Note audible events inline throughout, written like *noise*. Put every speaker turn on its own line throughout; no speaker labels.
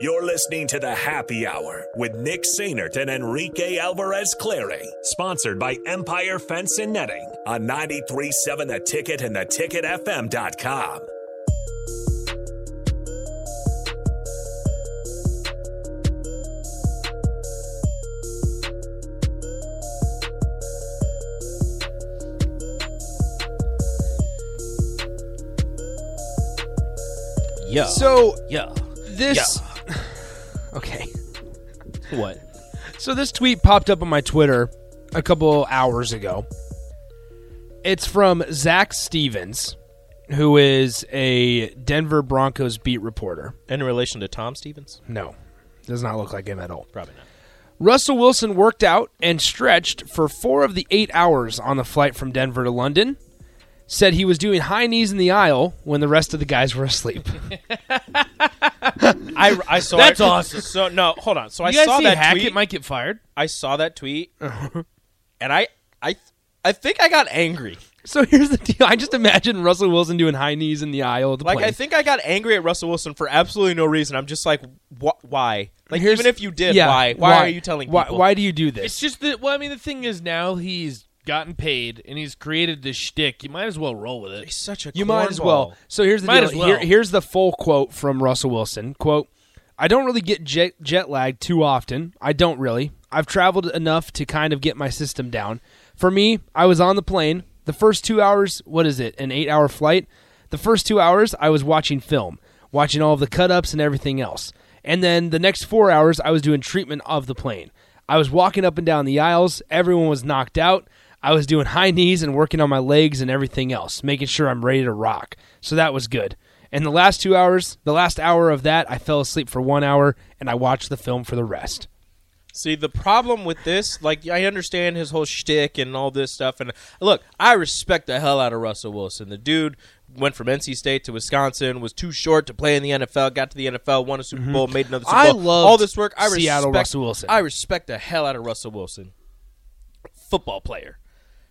You're listening to the Happy Hour with Nick Sainert and Enrique Alvarez Clary, sponsored by Empire Fence and Netting on 937 The Ticket and theticketfm.com.
Yeah.
So
yeah.
this *sighs* Okay.
What?
So this tweet popped up on my Twitter a couple hours ago. It's from Zach Stevens, who is a Denver Broncos beat reporter.
In relation to Tom Stevens?
No. Does not look like him at all.
Probably not.
Russell Wilson worked out and stretched for four of the eight hours on the flight from Denver to London. Said he was doing high knees in the aisle when the rest of the guys were asleep.
I, I saw
That's
it-
awesome.
So no, hold on. So *laughs* I
you guys
saw
see
that
Hackett
tweet.
might get fired.
I saw that tweet, and I I I think I got angry.
So here's the deal. I just imagine Russell Wilson doing high knees in the aisle of the
Like
plane.
I think I got angry at Russell Wilson for absolutely no reason. I'm just like, wh- why? Like
Here's-
even if you did,
yeah,
why? why? are you telling
why,
people?
Why do you do
It's
this?
just that. Well, I mean, the thing is now he's gotten paid and he's created this shtick. You might as well roll with
He's
it.
such a
you might as well.
cornball.
So here's the
Might
deal.
as well.
Here- here's the full quote from Russell Wilson. Quote, I don't really get jet, jet lag too often. I don't really. I've traveled enough to kind of get my system down. For me, I was on the plane. The first two hours, what is it, an eight hour flight? The first two hours, I was watching film, watching all of the cut ups and everything else. And then the next four hours, I was doing treatment of the plane. I was walking up and down the aisles. Everyone was knocked out. I was doing high knees and working on my legs and everything else, making sure I'm ready to rock. So that was good. And the last two hours, the last hour of that, I fell asleep for one hour and I watched the film for the rest.
See, the problem with this, like, I understand his whole shtick and all this stuff. And look, I respect the hell out of Russell Wilson. The dude went from NC State to Wisconsin, was too short to play in the NFL, got to the NFL, won a Super Bowl, made another Super
Mhm. I
Bowl.
loved
all this work. I
Seattle
respect,
Russell Wilson.
I respect the hell out of Russell Wilson, football player,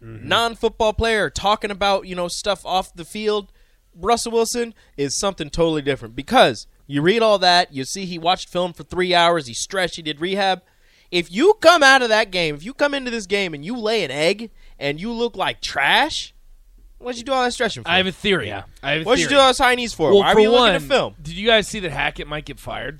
non-football player, talking about you know stuff off the field. Russell Wilson is something totally different because you read all that, you see he watched film for three hours, he stretched, he did rehab. If you come out of that game, if you come into this game and you lay an egg and you look like trash, what'd you do all that stretching for?
I have a theory. I have a
what'd
theory.
you do all those high knees for?
well,
Why
for
were you
one,
looking at film?
did you guys see that Hackett might get fired?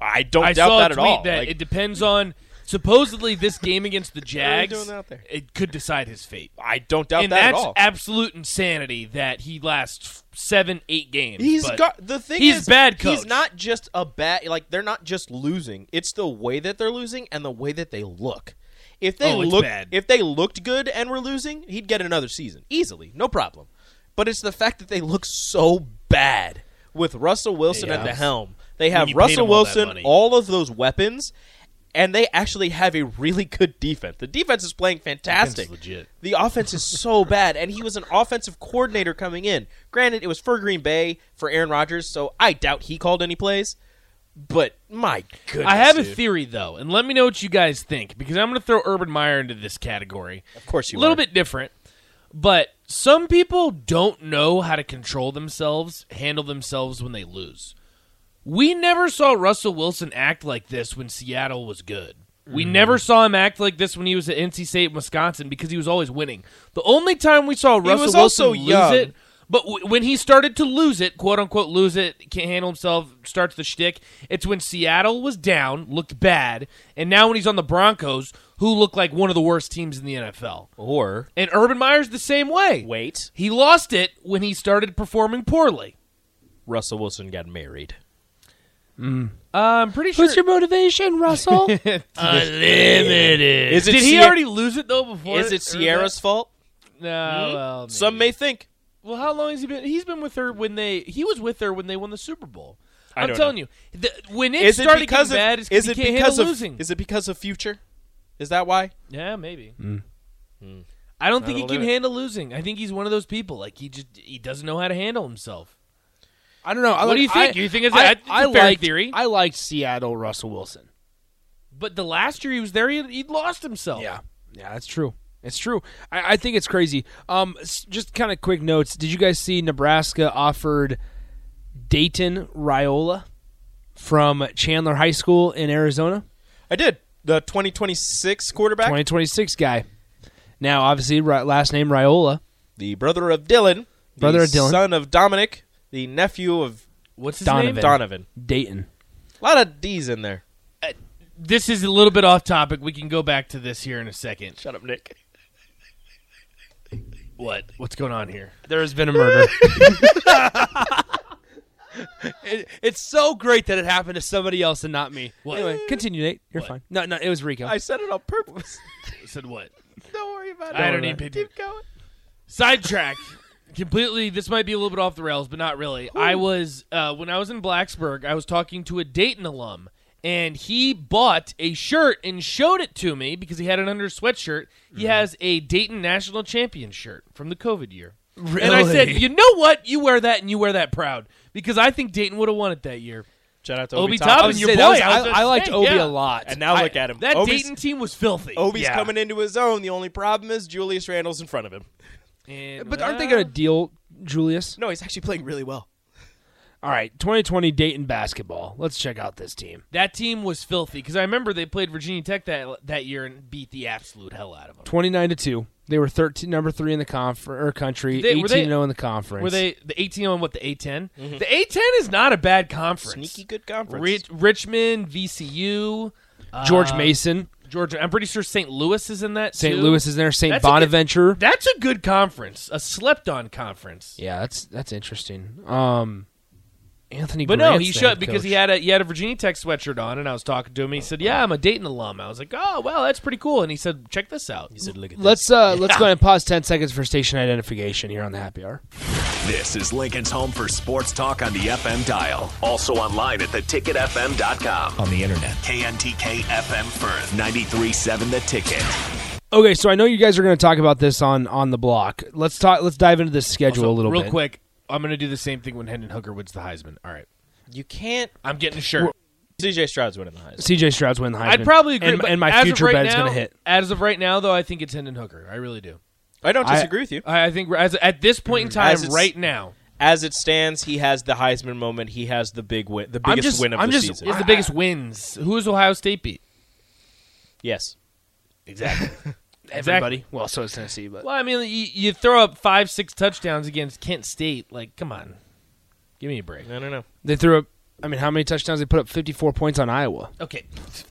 I don't
I
doubt
saw
that
a
at
tweet
all.
that
Like,
it depends on. Supposedly, this game
*laughs*
against
are
the
they
Jags,
doing out there?
it could decide his fate.
I don't doubt
and
that at
that's
all.
absolute insanity that he lasts seven, eight games.
He's
but
got the thing.
he's
is,
bad
He's
coach.
not just a bad. Like they're not just losing. It's the way that they're losing and the way that they look. If they
Oh, it's
look,
bad.
if they looked good and were losing, he'd get another season easily, no problem. But it's the fact that they look so bad with Russell Wilson at the helm. They have
you paid
Russell
him all that
Wilson,
money.
all of those weapons, and they actually have a really good defense. The defense is playing fantastic.
legit.
The offense is
*laughs*
so bad, and he was an offensive coordinator coming in. Granted, it was for Green Bay for Aaron Rodgers, so I doubt he called any plays. But my goodness,
I have
dude.
a theory though, and let me know what you guys think because I'm going to throw Urban Meyer into this category.
Of course,
A
you
little
are.
bit different, but some people don't know how to control themselves, handle themselves when they lose. We never saw Russell Wilson act like this when Seattle was good. We
Mm-hmm.
never saw him act like this when he was at NC State, and Wisconsin, because he was always winning. The only time we saw Russell
was
Wilson
also
lose
young.
it but w- when he started to lose it, quote unquote, lose it, can't handle himself, starts the shtick. It's when Seattle was down, looked bad, and now when he's on the Broncos, who look like one of the worst teams in the NFL.
Or
And Urban Meyer's the same way.
wait,
He lost it when he started performing poorly.
Russell Wilson got married.
Uh, I'm pretty sure.
What's your motivation, Russell?
Unlimited.
Is it
Did he
Sierra-
already lose it though? Before
Is it Hmm?
or
Sierra's fault?
that- No. Well, maybe.
Some may think.
Well, how long has he been? He's been with her when they. He was with her when they won the Super Bowl.
I
I'm
don't
telling you, the, when it
is it
started
because
getting
of?
bad, it's 'cause
is
he
it
can't
because
handle
of?
losing.
Is it because of future? Is that why?
Yeah, maybe.
Hmm.
Hmm. I don't think he
That'll
can
do it.
handle losing. I think he's one of those people. Like he just he doesn't know how to handle himself.
*laughs* I don't know. I
What
like-
do you think?
I-
Do you think it's-
I,
that's a
I
fair
liked,
theory?
I liked Seattle Russell Wilson.
But the last year he was there, he, he lost himself.
Yeah, yeah, that's true. It's true. I, I think it's crazy. Um, s- just kind of quick notes. Did you guys see Nebraska offered Dayton Riola from Chandler High School in Arizona,
I did. The 2026 quarterback,
2026 guy. Now, obviously, ri- last name Riola.
the brother of Dylan, the
Brother of Dylan.
son of Dominic, the nephew of
What's his
Donovan.
name?
Donovan.
Dayton.
A lot of D's in there.
This is a little bit off topic. We can go back to this here in a second.
Shut up, Nick.
What? What's going on here?
There has been a murder. *laughs* It- it's so great that it happened to somebody else and not me.
What?
Anyway, continue, Nate. You're
What?
fine. No, no, it was
*laughs*
Rico.
I said it on purpose.
Said what?
*laughs* Don't worry about it.
I don't even.
Keep going.
Sidetrack. Completely. This might be a little bit off the rails, but not really. I was uh, when I was in Blacksburg. I was talking to a Dayton alum, and he bought a shirt and showed it to me because he had it under his sweatshirt. He has a Dayton national champion shirt from the COVID year. And I said,
Really?
you know what? You wear that, and you wear that proud because I think Dayton would have won it that year.
Shout out to
Obi
Obi,
Toppin.
Toppin.
was
your
saying,
boy,
that was-
I was
I,
gonna
I liked
say,
Obi
yeah.
a lot.
And now
I-
look at him.
That
Obi's,
Dayton team was filthy.
Obi's
Yeah.
coming into his own. The only problem is Julius Randall's in front of him.
And,
but aren't they
well,
going to deal Julius?
No, he's actually playing really well.
All right, 2020 Dayton basketball. Let's check out this team.
That team was filthy because I remember they played Virginia Tech that that year and beat the absolute hell out of them.
29 to 2. They were 13 number 3 in the conf- or country,
They-
18
were they-
0 in the conference.
Were they the 18 on what the A10?
Mm-hmm.
The A10 is not a bad conference.
Sneaky good conference.
Rich, Richmond, VCU, uh,
George Mason,
Georgia. I'm pretty sure St. Louis is in that.
St.
too.
Louis is there, St.
That's a good-
Bonaventure.
That's a good conference, a slept-on conference.
yeah, that's that's interesting. Um Anthony
But no,
Grant's
he
the
shut
head
because he
coach.
had a he had a Virginia Tech sweatshirt on, and I was talking to him. He said, "Yeah, I'm a Dayton alum." I was like, "Oh, well, that's pretty cool." And he said, "Check this out." He said, "Look at
Let's
*laughs*
uh let's go ahead and pause 10 seconds for station identification here on the happy hour.
This is Lincoln's home for sports talk on the FM dial. Also online at theticketfm.com. On the internet. KNTK FM Firth, 93.7 The Ticket.
Okay, so I know you guys are going to talk about this on on the block. Let's talk let's dive into the schedule a little
real
bit.
quick. I'm gonna do the same thing when Hendon Hooker wins the Heisman. All right,
You can't.
I'm getting a shirt.
CJ Stroud's winning the highest.
CJ Stroud's winning the Heisman.
I'd probably agree,
and,
but
and my
as of
future
right
bet is
now-
going to hit.
As of right now, though, I think it's Hendon Hooker. I really do.
I don't
I-
disagree with you.
I, I think as, at this point in time,
As it's-
right now,
As it stands, he has the Heisman moment. He has the big win, the biggest
just-
win of
I'm
the
just-
season.
is the biggest wins. Who is Ohio State beat?
yes.
Exactly.
Everybody. Well, so is Tennessee, but
Well, I mean, you, you throw up five, six touchdowns against Kent State. Like, come on, give me a break.
No, no, no.
They threw up. I mean, how many touchdowns? They put up 54 points on Iowa.
Okay,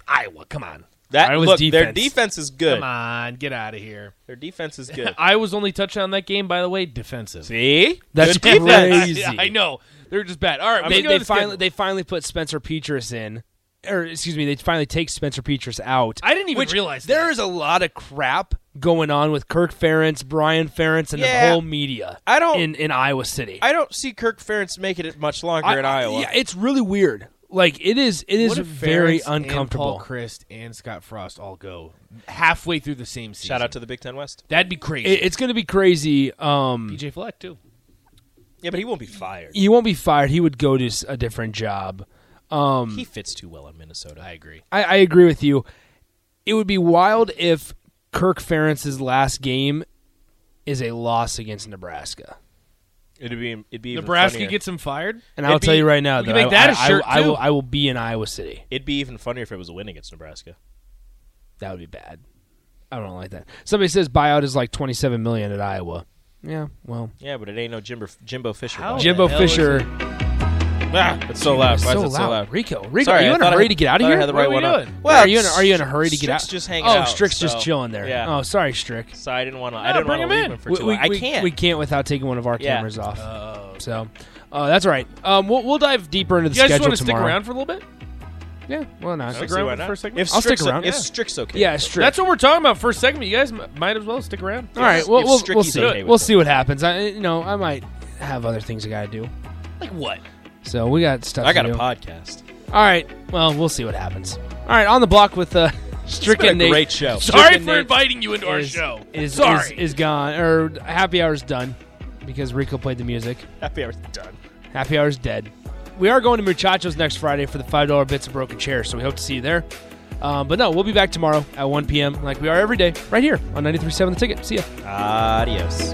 Iowa, come on,
That
Iowa's
look, their
defense.
defense is good.
come on, get out of here.
Their defense
*laughs*
is good.
*laughs* Iowa's only touchdown that game, by the way, defensive.
See,
That's
Good defense.
*laughs*
crazy.
I, I know they're just bad. All right,
They,
let's go
they
to the
finally
schedule.
they finally put Spencer Petras in, or excuse me, they finally take Spencer Petras out.
I didn't even
which
realize that.
there is a lot of crap going on with Kirk Ferentz, Brian Ferentz, and
Yeah.
the whole media.
I don't-
in in Iowa City.
I don't see Kirk Ferentz making it much longer
I-
in Iowa.
Yeah, it's really weird. Like it is, it is
What if
very
Ferentz and Paul
uncomfortable.
Christ and Scott Frost all go halfway through the same season.
Shout out to the Big Ten West.
that'd be crazy.
It- it's going to be crazy. Um,
DJ Fleck too.
Yeah, but he won't be fired.
he won't be fired. He would go to s- a different job. Um,
He fits too well in Minnesota. I agree.
I, I agree with you. It would be wild if Kirk Ferentz's last game is a loss against Nebraska.
It'd be it'd be even
Nebraska
funnier.
gets him fired.
And
It'd
I'll tell
be-
you right now,
we can
though,
make
I,
that a
I- I-
shirt,
I will.
too.
I will be in Iowa City.
It'd be even funnier if it was a win against Nebraska.
That would be bad. I don't like that. Somebody says buyout is like twenty-seven million at Iowa. Yeah, well,
Yeah, but it ain't no Jimbo, Jimbo Fisher.
How
buyout.
the
Jimbo
Oh, hell is
Fisher.
it?
Ah, it's so loud. Why
so,
is it
loud.
so loud?
Rico. Rico,
Sorry,
are you
I
in
thought
a
I-
hurry to get out of
thought I
here?
had the right
are we
one on.
doing?
Well,
are you in? Are you in a hurry to get
Strick's
out?
just hanging
oh,
out,
Strick's just
so-
chilling there.
Yeah.
Oh, sorry, Strick.
So I didn't want to.
No,
I didn't
bring
want to
him
leave
in.
him for too long. I can't.
We can't without taking one of our
Yeah. Oh.
cameras off. So uh, that's all right. Um, we'll, we'll dive deeper into the
You guys
schedule
want to stick
tomorrow.
around for a little bit?
Yeah, well, not.
I don't
Stick
see
around
why
for the
not.
first segment?
If
I'll stick
Strick's-
around,
If
yeah.
Strick's okay.
Yeah, Strick.
That's what we're talking about. First segment. You guys m- might as well stick around.
all right.
if-
We'll
if
we'll,
Strick
we'll
is
see.
okay with
we'll
it.
see what happens. I you know I might have other things I got to do.
Like what?
So we got stuff.
I got
to
a
do.
podcast.
All right. Well, we'll see what happens. All right. On the block with uh, Strick
It's been
and
a
Nate.
great show.
Sorry
Chicken
for
Nate
inviting you into our
is-
show.
Is,
Sorry.
is is gone or happy hour's done because Rico played the music.
Happy hour's done.
Happy Hour's dead. We are going to Muchachos next Friday for the $5 Bits of Broken Chair, so we hope to see you there. Um, but no, we'll be back tomorrow at 1 p.m. like we are every day, right here on 93.7 The Ticket. See ya.
Adios.